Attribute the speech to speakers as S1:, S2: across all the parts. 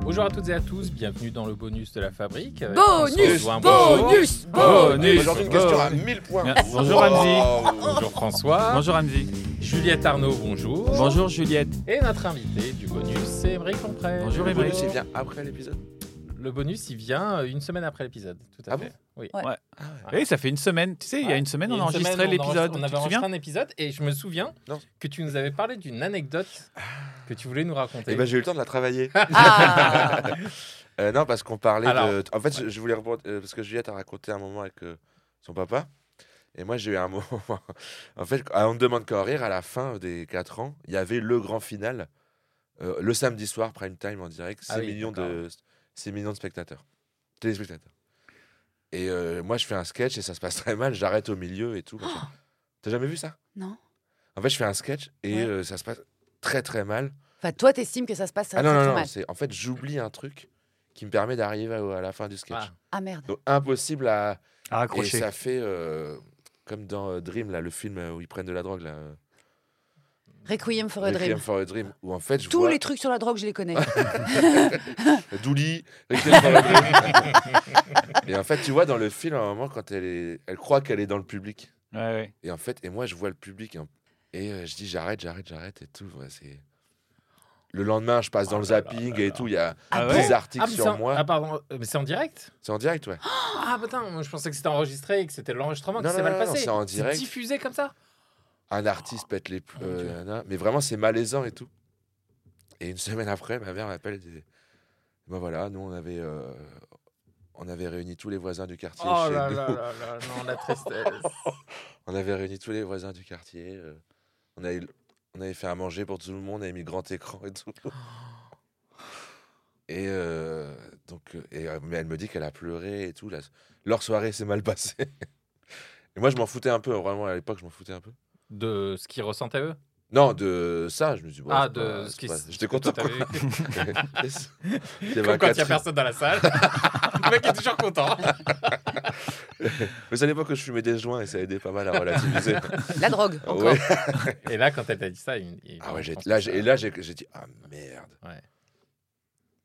S1: Bonjour à toutes et à tous, bienvenue dans le bonus de la fabrique. avec
S2: Bonus,
S1: François,
S2: bonus,
S1: bonus,
S3: Aujourd'hui, une question à
S1: bonus.
S3: 1000 points.
S1: Bien, Bonjour Ramzi,
S3: Oh.
S1: bonjour François,
S4: Bonjour Anzi.
S1: Juliette Arnaud, bonjour.
S4: Bonjour Juliette.
S1: Et notre invité du bonus, c'est Émeric Lamprey.
S4: Bonjour,
S1: Le
S3: Le bonus,
S4: Émeric.
S3: il vient après l'épisode.
S1: Le bonus, il vient euh, une semaine après l'épisode, tout à
S3: Ah
S1: fait.
S3: bon
S1: oui.
S2: Ouais.
S4: Ouais. Oui, Eh, ça fait une semaine. Tu sais, il y a une semaine,
S1: Il y
S4: on
S1: a
S4: a enregistré
S1: semaine, on enregistre-
S4: l'épisode.
S1: On
S4: Tu
S1: avait
S4: te
S1: enregistré un
S4: souviens
S1: épisode et je me souviens
S3: Non.
S1: que tu nous avais parlé d'une anecdote que tu voulais nous
S2: Eh
S1: raconter.
S3: Et ben, j'ai eu le temps de la travailler.
S2: Ah.
S3: Euh, non, parce qu'on parlait
S1: Alors.
S3: de. En fait, je, je voulais répondre. euh, parce que Juliette a raconté un moment avec euh, son papa. Et moi, j'ai eu un moment. en fait, à On ne demande qu'à en rire, à la fin des 4 ans, il y avait le grand final. euh, le samedi soir, prime time en direct, 6,
S1: Ah oui,
S3: millions, de,
S1: d'accord.
S3: 6 millions de spectateurs, téléspectateurs. Et euh, moi, je fais un sketch et ça se passe très mal, j'arrête au milieu et tout. machin. T'as jamais vu ça
S2: Non.
S3: En fait, je fais un sketch et
S2: Ouais.
S3: euh, ça se passe très très mal.
S2: Enfin, toi, t'estimes que ça se passe très,
S3: Ah non,
S2: très,
S3: non,
S2: très
S3: non,
S2: mal.
S3: c'est en fait, j'oublie un truc qui me permet d'arriver à, à la fin du sketch.
S1: Ah.
S2: Ah merde.
S3: Donc, impossible à.
S4: À
S3: Et
S4: raccrocher.
S3: ça fait euh, comme dans euh, Dream, là, le film euh, où ils prennent de la drogue, là. euh,
S2: Requiem for a
S3: Requiem
S2: Oh, Dream.
S3: for a Dream, où en fait, je
S2: Tous
S3: vois
S2: les trucs sur la drogue, je les connais.
S1: Ah,
S3: Douli, Requiem for a Dream. Et en fait, tu vois, dans le film, à un moment, quand elle, est... elle croit qu'elle est dans le public.
S4: Ouais, ouais.
S3: Et en fait, et moi, je vois le public. hein. Et euh, je dis, j'arrête, j'arrête, j'arrête, et tout. ouais, c'est... Le lendemain, je passe dans le zapping et tout. Il y a
S4: Ah
S3: des
S4: ouais.
S3: articles
S1: Ah, mais c'est
S3: sur
S1: en-
S3: moi.
S1: ah, pardon, euh, mais c'est en direct
S3: C'est en direct, ouais.
S1: Ah putain, moi, je pensais que c'était enregistré et que c'était l'enregistrement qui
S3: Non,
S1: s'est
S3: non,
S1: mal
S3: non, non,
S1: passé.
S3: c'est en direct.
S1: diffusé comme ça
S3: un artiste pète les pl-
S1: Oh mon
S3: euh,
S1: Dieu.
S3: nanana. mais vraiment c'est malaisant et tout et une semaine après ma mère m'appelle et dit ben voilà nous on avait euh, on avait réuni tous les voisins du quartier
S1: Oh
S3: chez
S1: là
S3: nous.
S1: là là là, non, la tristesse.
S3: on avait réuni tous les voisins du quartier euh, on avait on avait fait à manger pour tout le monde on avait mis grand écran et tout et euh, donc euh, et, euh, mais elle me dit qu'elle a pleuré et tout la- leur soirée s'est mal passée et moi je m'en foutais un peu vraiment à l'époque je m'en foutais un peu
S1: De ce qu'ils ressentaient eux
S3: non, de ça, je me suis dit, bon,
S1: Ah,
S3: c'est
S1: de
S3: pas-
S1: ce
S3: c'est
S1: qui
S3: pas-
S1: s-
S3: J'étais
S1: que toi,
S3: content.
S1: t'avais
S3: quoi.
S1: vécu.
S3: Il y avait
S1: Comme quand il n'y
S3: un
S1: a
S3: quatrième.
S1: personne dans la salle. le mec est toujours content.
S3: Mais c'est à l'époque que je fumais des joints et ça aidait pas mal à relativiser. Ah
S2: La drogue, encore.
S3: Ouais.
S1: Et là, quand elle t'a dit ça, il, il-
S3: Ah ouais,
S1: je
S3: j'ai-
S1: pense
S3: là,
S1: que
S3: j'ai-
S1: ça-
S3: et là, j'ai j'ai dit, ah merde.
S1: Ouais.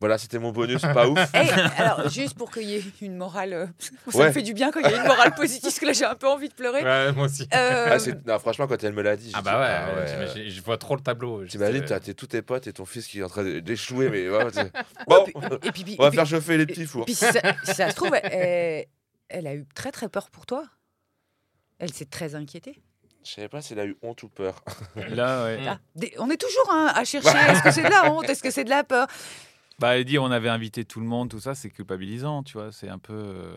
S3: Voilà, c'était mon bonus, pas ouf.
S2: Eh, alors, juste pour qu'il y ait une morale. euh, Ça me
S3: Ouais.
S2: fait du bien quand il y a une morale positive, parce que là, j'ai un peu envie de pleurer.
S1: Ouais, moi aussi.
S2: Euh,
S3: Ah, c'est- non, franchement, quand elle me l'a dit, j'ai
S1: Ah
S3: dit,
S1: bah ouais,
S3: ouais,
S1: j'imagine- je vois trop le tableau. je-
S3: T'imagines,
S1: euh,
S3: t'as t'es tous tes potes et ton fils qui est en train de- d'échouer, mais voilà, t'sais. bon,
S2: et puis, puis-
S3: on va
S2: et puis-
S3: faire chauffer les petits fours.
S2: puis si, ça, si ça se trouve, elle, elle a eu très très peur pour toi. Elle s'est très inquiétée.
S3: Je savais pas s'il a eu honte ou peur.
S4: Là, ouais.
S2: Ah, des- on est toujours hein, à chercher est-ce que c'est de la honte, est-ce que c'est de la peur
S4: Bah, elle dit on avait invité tout le monde, tout ça, c'est culpabilisant, tu vois. C'est un peu. euh,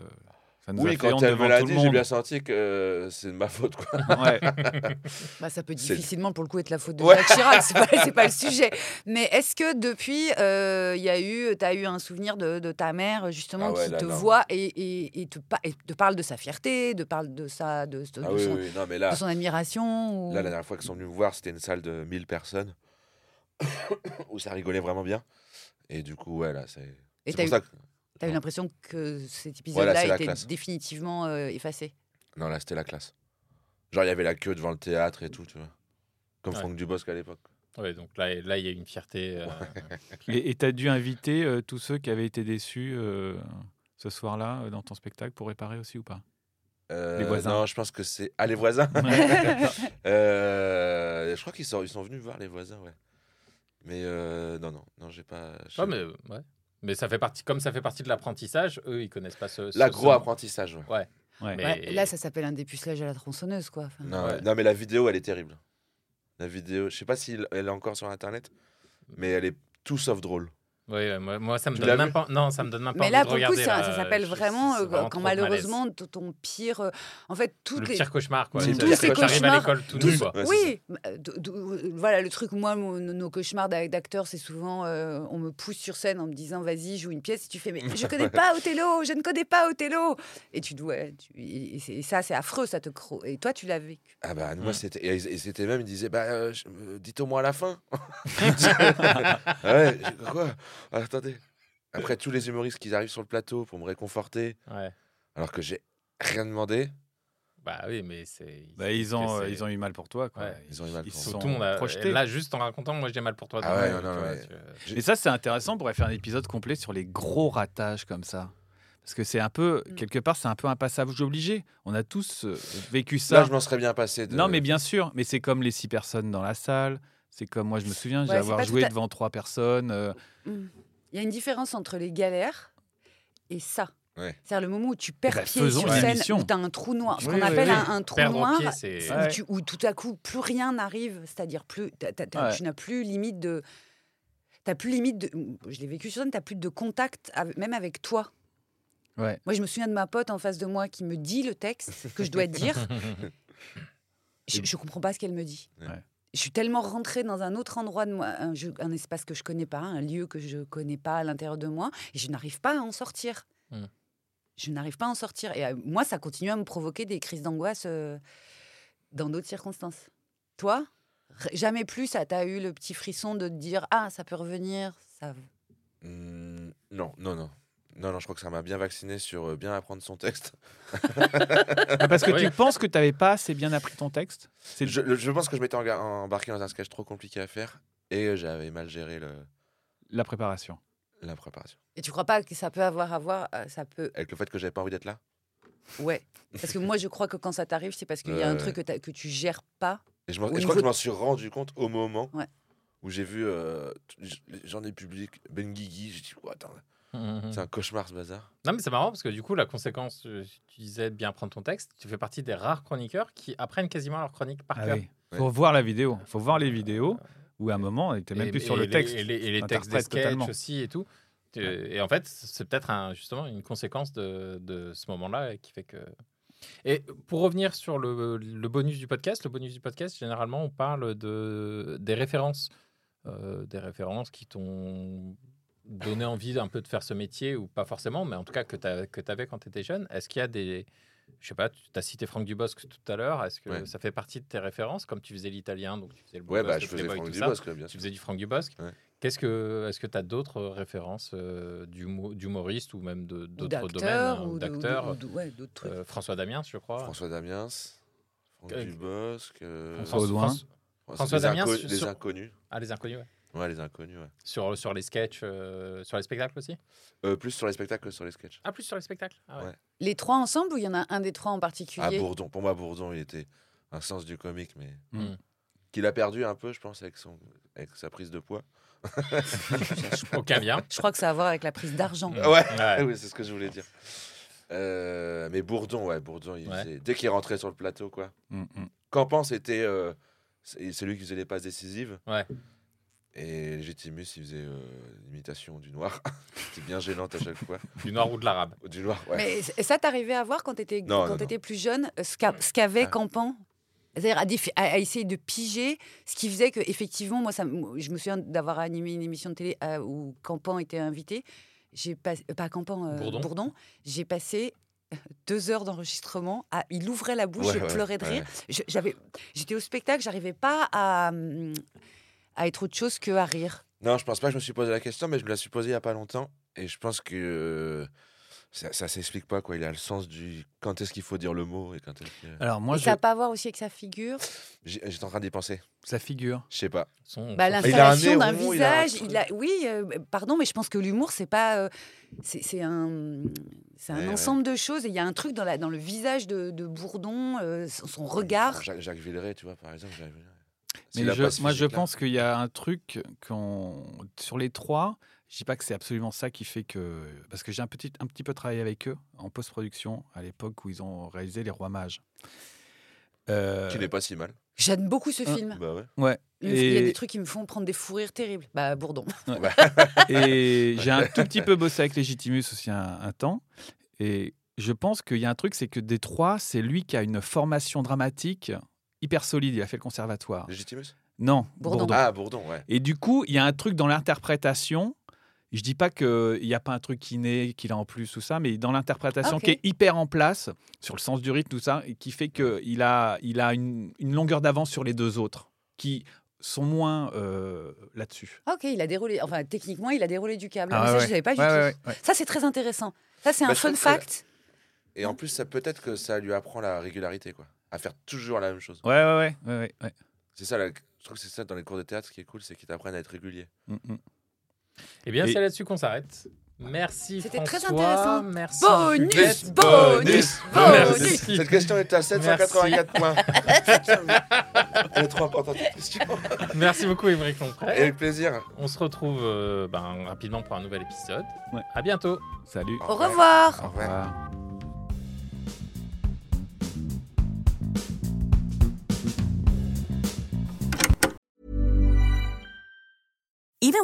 S4: c'est Ça nous a
S3: Oui,
S4: fait honte
S3: quand elle me
S4: devant
S3: l'a
S4: tout le
S3: dit, j'ai
S4: monde.
S3: bien senti que euh, c'est de ma faute. Quoi.
S4: Ouais.
S2: Bah, ça peut
S3: C'est-
S2: difficilement, pour le coup, être la faute de
S3: Ouais.
S2: Jacques Chirac, c'est pas, c'est pas le sujet. Mais est-ce que depuis, euh, il y a eu, t'as eu un souvenir de, de ta mère, justement,
S3: Ah ouais,
S2: qui
S3: là,
S2: te
S3: non.
S2: voit et, et, et te, pa- et te parle de sa fierté, de parle de sa, de, de
S3: Ah oui,
S2: son,
S3: oui, oui, non, mais là,
S2: de son admiration ou...
S3: Là, la dernière fois qu'ils sont venus me voir, c'était une salle de 1000 personnes où ça rigolait vraiment bien. Et du coup, ouais, là, c'est.
S2: Et
S3: c'est
S2: t'as
S3: pour
S2: eu,
S3: ça que-
S2: t'as eu
S3: Non.
S2: l'impression que cet épisode-là
S3: c'est la
S2: était
S3: classe.
S2: définitivement euh, effacé.
S3: Non, là, c'était la classe. Genre, il y avait la queue devant le théâtre et tout, tu vois. Comme
S1: Ouais.
S3: Franck Dubosc à l'époque.
S1: Ouais, donc là, là, il y a une fierté. euh,
S4: Et et t'as dû inviter euh, tous ceux qui avaient été déçus euh, ce soir-là euh, dans ton spectacle pour réparer aussi ou pas
S3: Euh,
S4: Les voisins.
S3: Non, je pense que c'est. Ah, les voisins
S4: Ouais.
S3: Euh, Je crois qu'ils sont, ils sont venus voir les voisins, ouais. Mais euh, non, non, non, j'ai pas.
S4: Ah,
S3: j'ai-
S1: Ouais, mais, ouais. mais ça fait partie, comme ça fait partie de l'apprentissage, eux, ils connaissent pas ce. ce-
S3: Là,
S1: ce-
S3: gros apprentissage, ouais.
S4: Ouais.
S1: Mais-
S2: Ouais, là, ça s'appelle un dépucelage à la tronçonneuse, quoi. Enfin,
S3: Non,
S1: Ouais.
S3: non, mais la vidéo, elle est terrible. La vidéo, je sais pas si elle est encore sur Internet, mais elle est tout sauf drôle.
S1: Oui, ouais, moi, moi, ça me
S3: Tu
S1: donne
S3: l'as
S1: même
S3: vu
S1: pas. Non, ça me donne même pas.
S2: Mais
S1: envie
S2: là,
S1: de
S2: pour le coup,
S1: regarder,
S2: ça,
S1: là.
S2: ça s'appelle
S1: Je-
S2: vraiment,
S1: c'est
S2: euh,
S1: vraiment
S2: quand
S1: trop de malaise.
S2: malheureusement, t- ton pire. euh, en fait, toutes
S1: Le
S2: les.
S1: pire cauchemar, quoi.
S3: Tous
S1: C'est-à-dire
S3: ces
S1: que t'arrives à
S2: cauchemars,
S1: l'école tout
S3: tous-
S1: nu, quoi.
S3: Ouais,
S2: oui, euh, d'o- d'o- euh, voilà le truc. Moi, mon- nos cauchemars d'a- d'acteurs, c'est souvent euh, on me pousse sur scène en me disant vas-y joue une pièce. Et tu fais mais je connais pas Othello, je ne connais pas Othello. Et tu dois tu- et, et c'est- et ça c'est affreux, ça te cro... Et toi tu l'as vécu.
S3: Ah bah, moi,
S1: Ouais.
S3: c'était. Et et c'était même, il disait, bah, euh, je- euh, dites au moins la fin. Ah ouais, je- quoi Ah, Attendez. Après, tous les humoristes qui arrivent sur le plateau pour me réconforter,
S1: Ouais.
S3: alors que j'ai rien demandé.
S1: Bah oui, mais c'est.
S4: Bah, ils, ont, euh, ils ont eu mal pour toi. Quoi.
S1: Ouais.
S3: Ils ont eu mal pour
S4: se
S3: toi.
S4: sont
S1: Tout le monde a-
S4: projetés.
S1: Là, juste en racontant, moi, j'ai mal pour toi.
S3: Ah
S1: toi,
S3: ouais,
S1: tu
S3: non, non,
S1: vois,
S3: mais-
S1: tu-
S4: Et ça, c'est intéressant. On pourrait faire un épisode complet sur les gros ratages comme ça. Parce que c'est un peu,
S2: Mm.
S4: quelque part, c'est un peu un passage obligé. On a tous euh, vécu
S3: Là,
S4: ça.
S3: je euh, m'en serais bien passé. De...
S4: Non, mais bien sûr. Mais c'est comme les six personnes dans la salle. C'est comme moi, je me souviens, j'ai
S2: Ouais, c'est
S4: avoir
S2: pas tout
S4: joué
S2: à-
S4: devant trois personnes. euh,
S2: Il y a une différence entre les galères et ça.
S3: Ouais.
S2: C'est-à-dire le moment où tu perds
S4: Bah,
S2: pied
S4: faisons
S2: sur
S4: une
S2: scène,
S4: émission.
S2: où tu as un trou noir. Ce
S4: Oui,
S2: qu'on
S4: oui,
S2: appelle
S4: oui.
S2: un, un trou
S1: Perdre
S2: noir,
S1: au pied, c'est.
S4: Ouais.
S2: où, tu- où tout à coup plus rien n'arrive, c'est-à-dire plus t'as- t'as- t'as-
S4: Ouais.
S2: tu n'as plus limite de t'as plus limite de je l'ai vécu sur scène, t'as plus de contact avec- même avec toi.
S4: Ouais.
S2: Moi je me souviens de ma pote en face de moi qui me dit le texte que je dois dire, je, je comprends pas ce qu'elle me dit.
S3: Ouais.
S2: Je suis tellement rentrée dans un autre endroit de moi, un, jeu- un espace que je connais pas, un lieu que je connais pas à l'intérieur de moi, et je n'arrive pas à en sortir.
S1: Hmm.
S2: Je n'arrive pas à en sortir. Et euh, moi, ça continue à me provoquer des crises d'angoisse euh, dans d'autres circonstances. Toi, r- jamais plus, ça t'a eu le petit frisson de te dire Ah, ça peut revenir. Ça...
S3: Hmm, non, non, non. Non, non, je crois que ça m'a bien vacciné sur euh, bien apprendre son texte.
S4: Ah, parce que
S1: Oui.
S4: tu penses que tu n'avais pas assez bien appris ton texte C'est
S3: Je, le- je pense que je m'étais enga- embarqué dans un sketch trop compliqué à faire et j'avais mal géré le-
S4: la préparation.
S3: la préparation.
S2: Et tu crois pas que ça peut avoir à voir euh, Ça peut.
S3: Avec le fait que j'avais pas envie d'être là.
S2: Ouais. Parce que moi, je crois que quand ça t'arrive, c'est parce qu'il y a
S3: Ouais,
S2: un
S3: ouais.
S2: truc que, t'as- que tu gères pas.
S3: Euh, Et je, m'en-
S2: Au
S3: et je crois
S2: niveau
S3: que je m'en suis rendu compte au moment
S2: Ouais.
S3: où j'ai vu. euh, t- j- J'en ai publié Ben Guigui. J'ai dit, Oh, attends,
S1: Mhm.
S3: c'est un cauchemar ce bazar.
S1: Non, mais c'est marrant parce que du coup, la conséquence, euh, tu disais de bien prendre ton texte, tu fais partie des rares chroniqueurs qui apprennent quasiment leur chronique par
S4: Ah
S1: cœur.
S4: oui.
S3: Ouais.
S4: Faut voir la vidéo. Faut voir les vidéos où à un moment, on était même
S1: Et-
S4: plus sur
S1: et
S4: le
S1: les-
S4: texte.
S1: Et les, et les textes des
S4: T'interprètes
S1: sketchs
S4: totalement.
S1: aussi et tout. Euh, Et en fait, c'est peut-être un- justement une conséquence de, de ce moment-là qui fait que. Et pour revenir sur le, le bonus du podcast, le bonus du podcast, généralement, on parle de, des références. Euh, des références qui t'ont donné envie un peu de faire ce métier, ou pas forcément, mais en tout cas que tu avais quand tu étais jeune. Est-ce qu'il y a des. Je sais pas, tu as cité Franck Dubosc tout à l'heure. Est-ce que
S3: Ouais.
S1: ça fait partie de tes références Comme tu faisais l'italien, donc tu faisais le
S3: Ouais,
S1: Boss,
S3: bah
S1: le
S3: je faisais
S1: Playboy,
S3: Franck
S1: tout ça.
S3: Dubosc, là, bien
S1: Tu
S3: sûr.
S1: faisais du Franck Dubosc.
S3: Ouais.
S1: Qu'est-ce que, est-ce que tu as d'autres références euh, d'humo- d'humoristes ou même de-
S2: Ou
S1: d'autres domaines
S2: d'acteurs.
S1: hein,
S2: Ou de- ou de-
S1: d'acteurs
S2: ou de- ouais, d'autres trucs.
S1: Euh, François Damiens, je crois.
S3: François Damiens, Franck
S1: Euh,
S3: Dubosc. euh,
S4: François Audouin.
S1: François
S3: les
S1: Damiens,
S3: inco-
S1: sur-
S3: Les
S1: sur-
S3: inconnus.
S1: Ah, les inconnus, ouais.
S3: Ouais, les inconnus, ouais.
S1: Sur, sur les sketchs, euh, sur les spectacles aussi
S3: Euh, plus sur les spectacles que sur les sketchs.
S1: Ah, plus sur les spectacles ah, ouais.
S3: Ouais.
S2: Les trois ensemble ou il y en a un des trois en
S3: Ah,
S2: particulier
S3: Bourdon. Pour moi, Bourdon, il était un sens du comique, mais.
S4: Mm.
S3: Qu'il a perdu un peu, je pense, avec, son... avec sa prise de poids.
S1: Aucun bien.
S2: Je crois que ça a à voir avec la prise d'argent.
S1: Mm.
S3: Ouais,
S1: Ouais.
S3: oui, c'est ce que je voulais dire. Euh, mais Bourdon, ouais, Bourdon, il
S1: Ouais.
S3: faisait- dès qu'il rentrait sur le plateau, quoi.
S4: Mm, mm.
S3: Campan, c'était euh, c'est c'est lui qui faisait les passes décisives.
S1: Ouais.
S3: Et Légitimus, il faisait euh, l'imitation du noir. C'était bien gênante à chaque fois.
S1: Du noir ou de l'arabe.
S3: Du noir, ouais.
S2: Mais c- ça, t'arrivais à voir quand t'étais
S3: Non, non,
S2: quand
S3: non.
S2: t'étais plus jeune euh, ce qu'a- ce qu'avait
S3: Ah.
S2: Campan c'est-à-dire à, défi- à- à essayer de piger ce qui faisait que effectivement moi ça m- je me souviens d'avoir animé une émission de télé euh, où Campan était invité j'ai pas euh, pas Campan euh,
S1: Bourdon.
S2: Bourdon, j'ai passé deux heures d'enregistrement à il ouvrait la bouche
S3: Ouais,
S2: je
S3: ouais,
S2: pleurais de
S3: ouais.
S2: rire Je- j'avais j'étais au spectacle j'arrivais pas à hum, à être autre chose que à rire
S3: Non, je pense pas que je me suis posé la question, mais je me la suis posée il y a pas longtemps. Et je pense que euh, ça, ça s'explique pas, quoi. Il a le sens du quand est-ce qu'il faut dire le mot et quand est-ce que.
S4: Alors moi,
S2: Et ça n'a pas à voir aussi avec sa figure
S3: J'ai- J'étais en train d'y penser.
S4: ça figure.
S3: Je sais pas.
S1: Son-
S2: Bah,
S1: son-
S3: l'inf-
S2: l'installation
S3: il a
S2: d'un
S3: un nez rond, il a un
S2: visage,
S3: truc.
S2: il a, oui, euh, pardon, mais je pense que l'humour, c'est pas, euh, c'est c'est un, c'est un
S3: Ouais, ouais.
S2: ensemble de choses. Et il y a un truc dans, la, dans le visage de, de Bourdon, euh, son, son regard.
S3: Jacques, Jacques Villeray, tu vois, par exemple. Jacques Villeray.
S4: Mais
S3: S'il a
S4: je-
S3: pas ce
S4: moi, je
S3: physique-là.
S4: pense qu'il y a un truc qu'on... sur les trois. Je dis pas que c'est absolument ça qui fait que parce que j'ai un petit un petit peu travaillé avec eux en post-production à l'époque où ils ont réalisé les Rois Mages. Euh,
S3: Qui n'est pas si mal.
S2: J'aime beaucoup ce
S4: Ah.
S2: film.
S3: Bah ouais.
S4: ouais.
S2: Il me- Il y a
S4: Et-
S2: des trucs qui me font prendre des fous rires terribles. Bah Bourdon.
S4: Et j'ai un tout petit peu bossé avec Legitimus aussi un, un temps. Et je pense qu'il y a un truc, c'est que des trois, c'est lui qui a une formation dramatique hyper solide. Il a fait le conservatoire.
S3: Légitimus
S4: Non,
S2: Bourdon.
S4: Bourdon.
S3: Ah, Bourdon, ouais.
S4: Et du coup, il y a un truc dans l'interprétation. Je dis pas qu'il n'y a pas un truc inné qu'il a en plus ou ça, mais dans l'interprétation
S2: Ok.
S4: qui est hyper en place, sur le sens du rythme, tout ça, et qui fait qu'il a, il a une, une longueur d'avance sur les deux autres, qui sont moins euh, là-dessus.
S2: Ok, il a déroulé. Enfin, techniquement, il a déroulé du câble.
S4: Ah
S2: Ah, Mais ça,
S4: ouais,
S2: je savais pas du
S4: Ouais,
S2: tout.
S4: ouais, ouais, ouais.
S2: Ça, c'est très intéressant. Ça, c'est
S3: Bah,
S2: un
S3: je
S2: fun
S3: trouve que-
S2: fact.
S3: Et en plus, ça peut-être que ça lui apprend la régularité, quoi. À faire toujours la même chose.
S4: Ouais, ouais, ouais, ouais, ouais, ouais.
S3: C'est ça, la- je trouve que c'est ça dans les cours de théâtre, ce qui est cool, c'est qu'ils t'apprennent à être régulier.
S4: Mm, mm.
S1: Eh bien,
S4: Et-
S1: c'est là-dessus qu'on s'arrête. Merci.
S2: C'était très
S1: François.
S2: intéressant.
S1: Merci.
S2: Bonus,
S1: Juliette.
S2: bonus, bonus.
S1: Merci.
S3: Cette question est à 784 points. Elle est trop importante, cette question.
S1: Merci beaucoup, Émeric Lompré.
S3: Avec plaisir.
S1: On se retrouve euh, ben, rapidement pour un nouvel épisode.
S4: Ouais.
S1: À bientôt.
S4: Salut.
S2: Au revoir.
S3: Au revoir.
S5: Even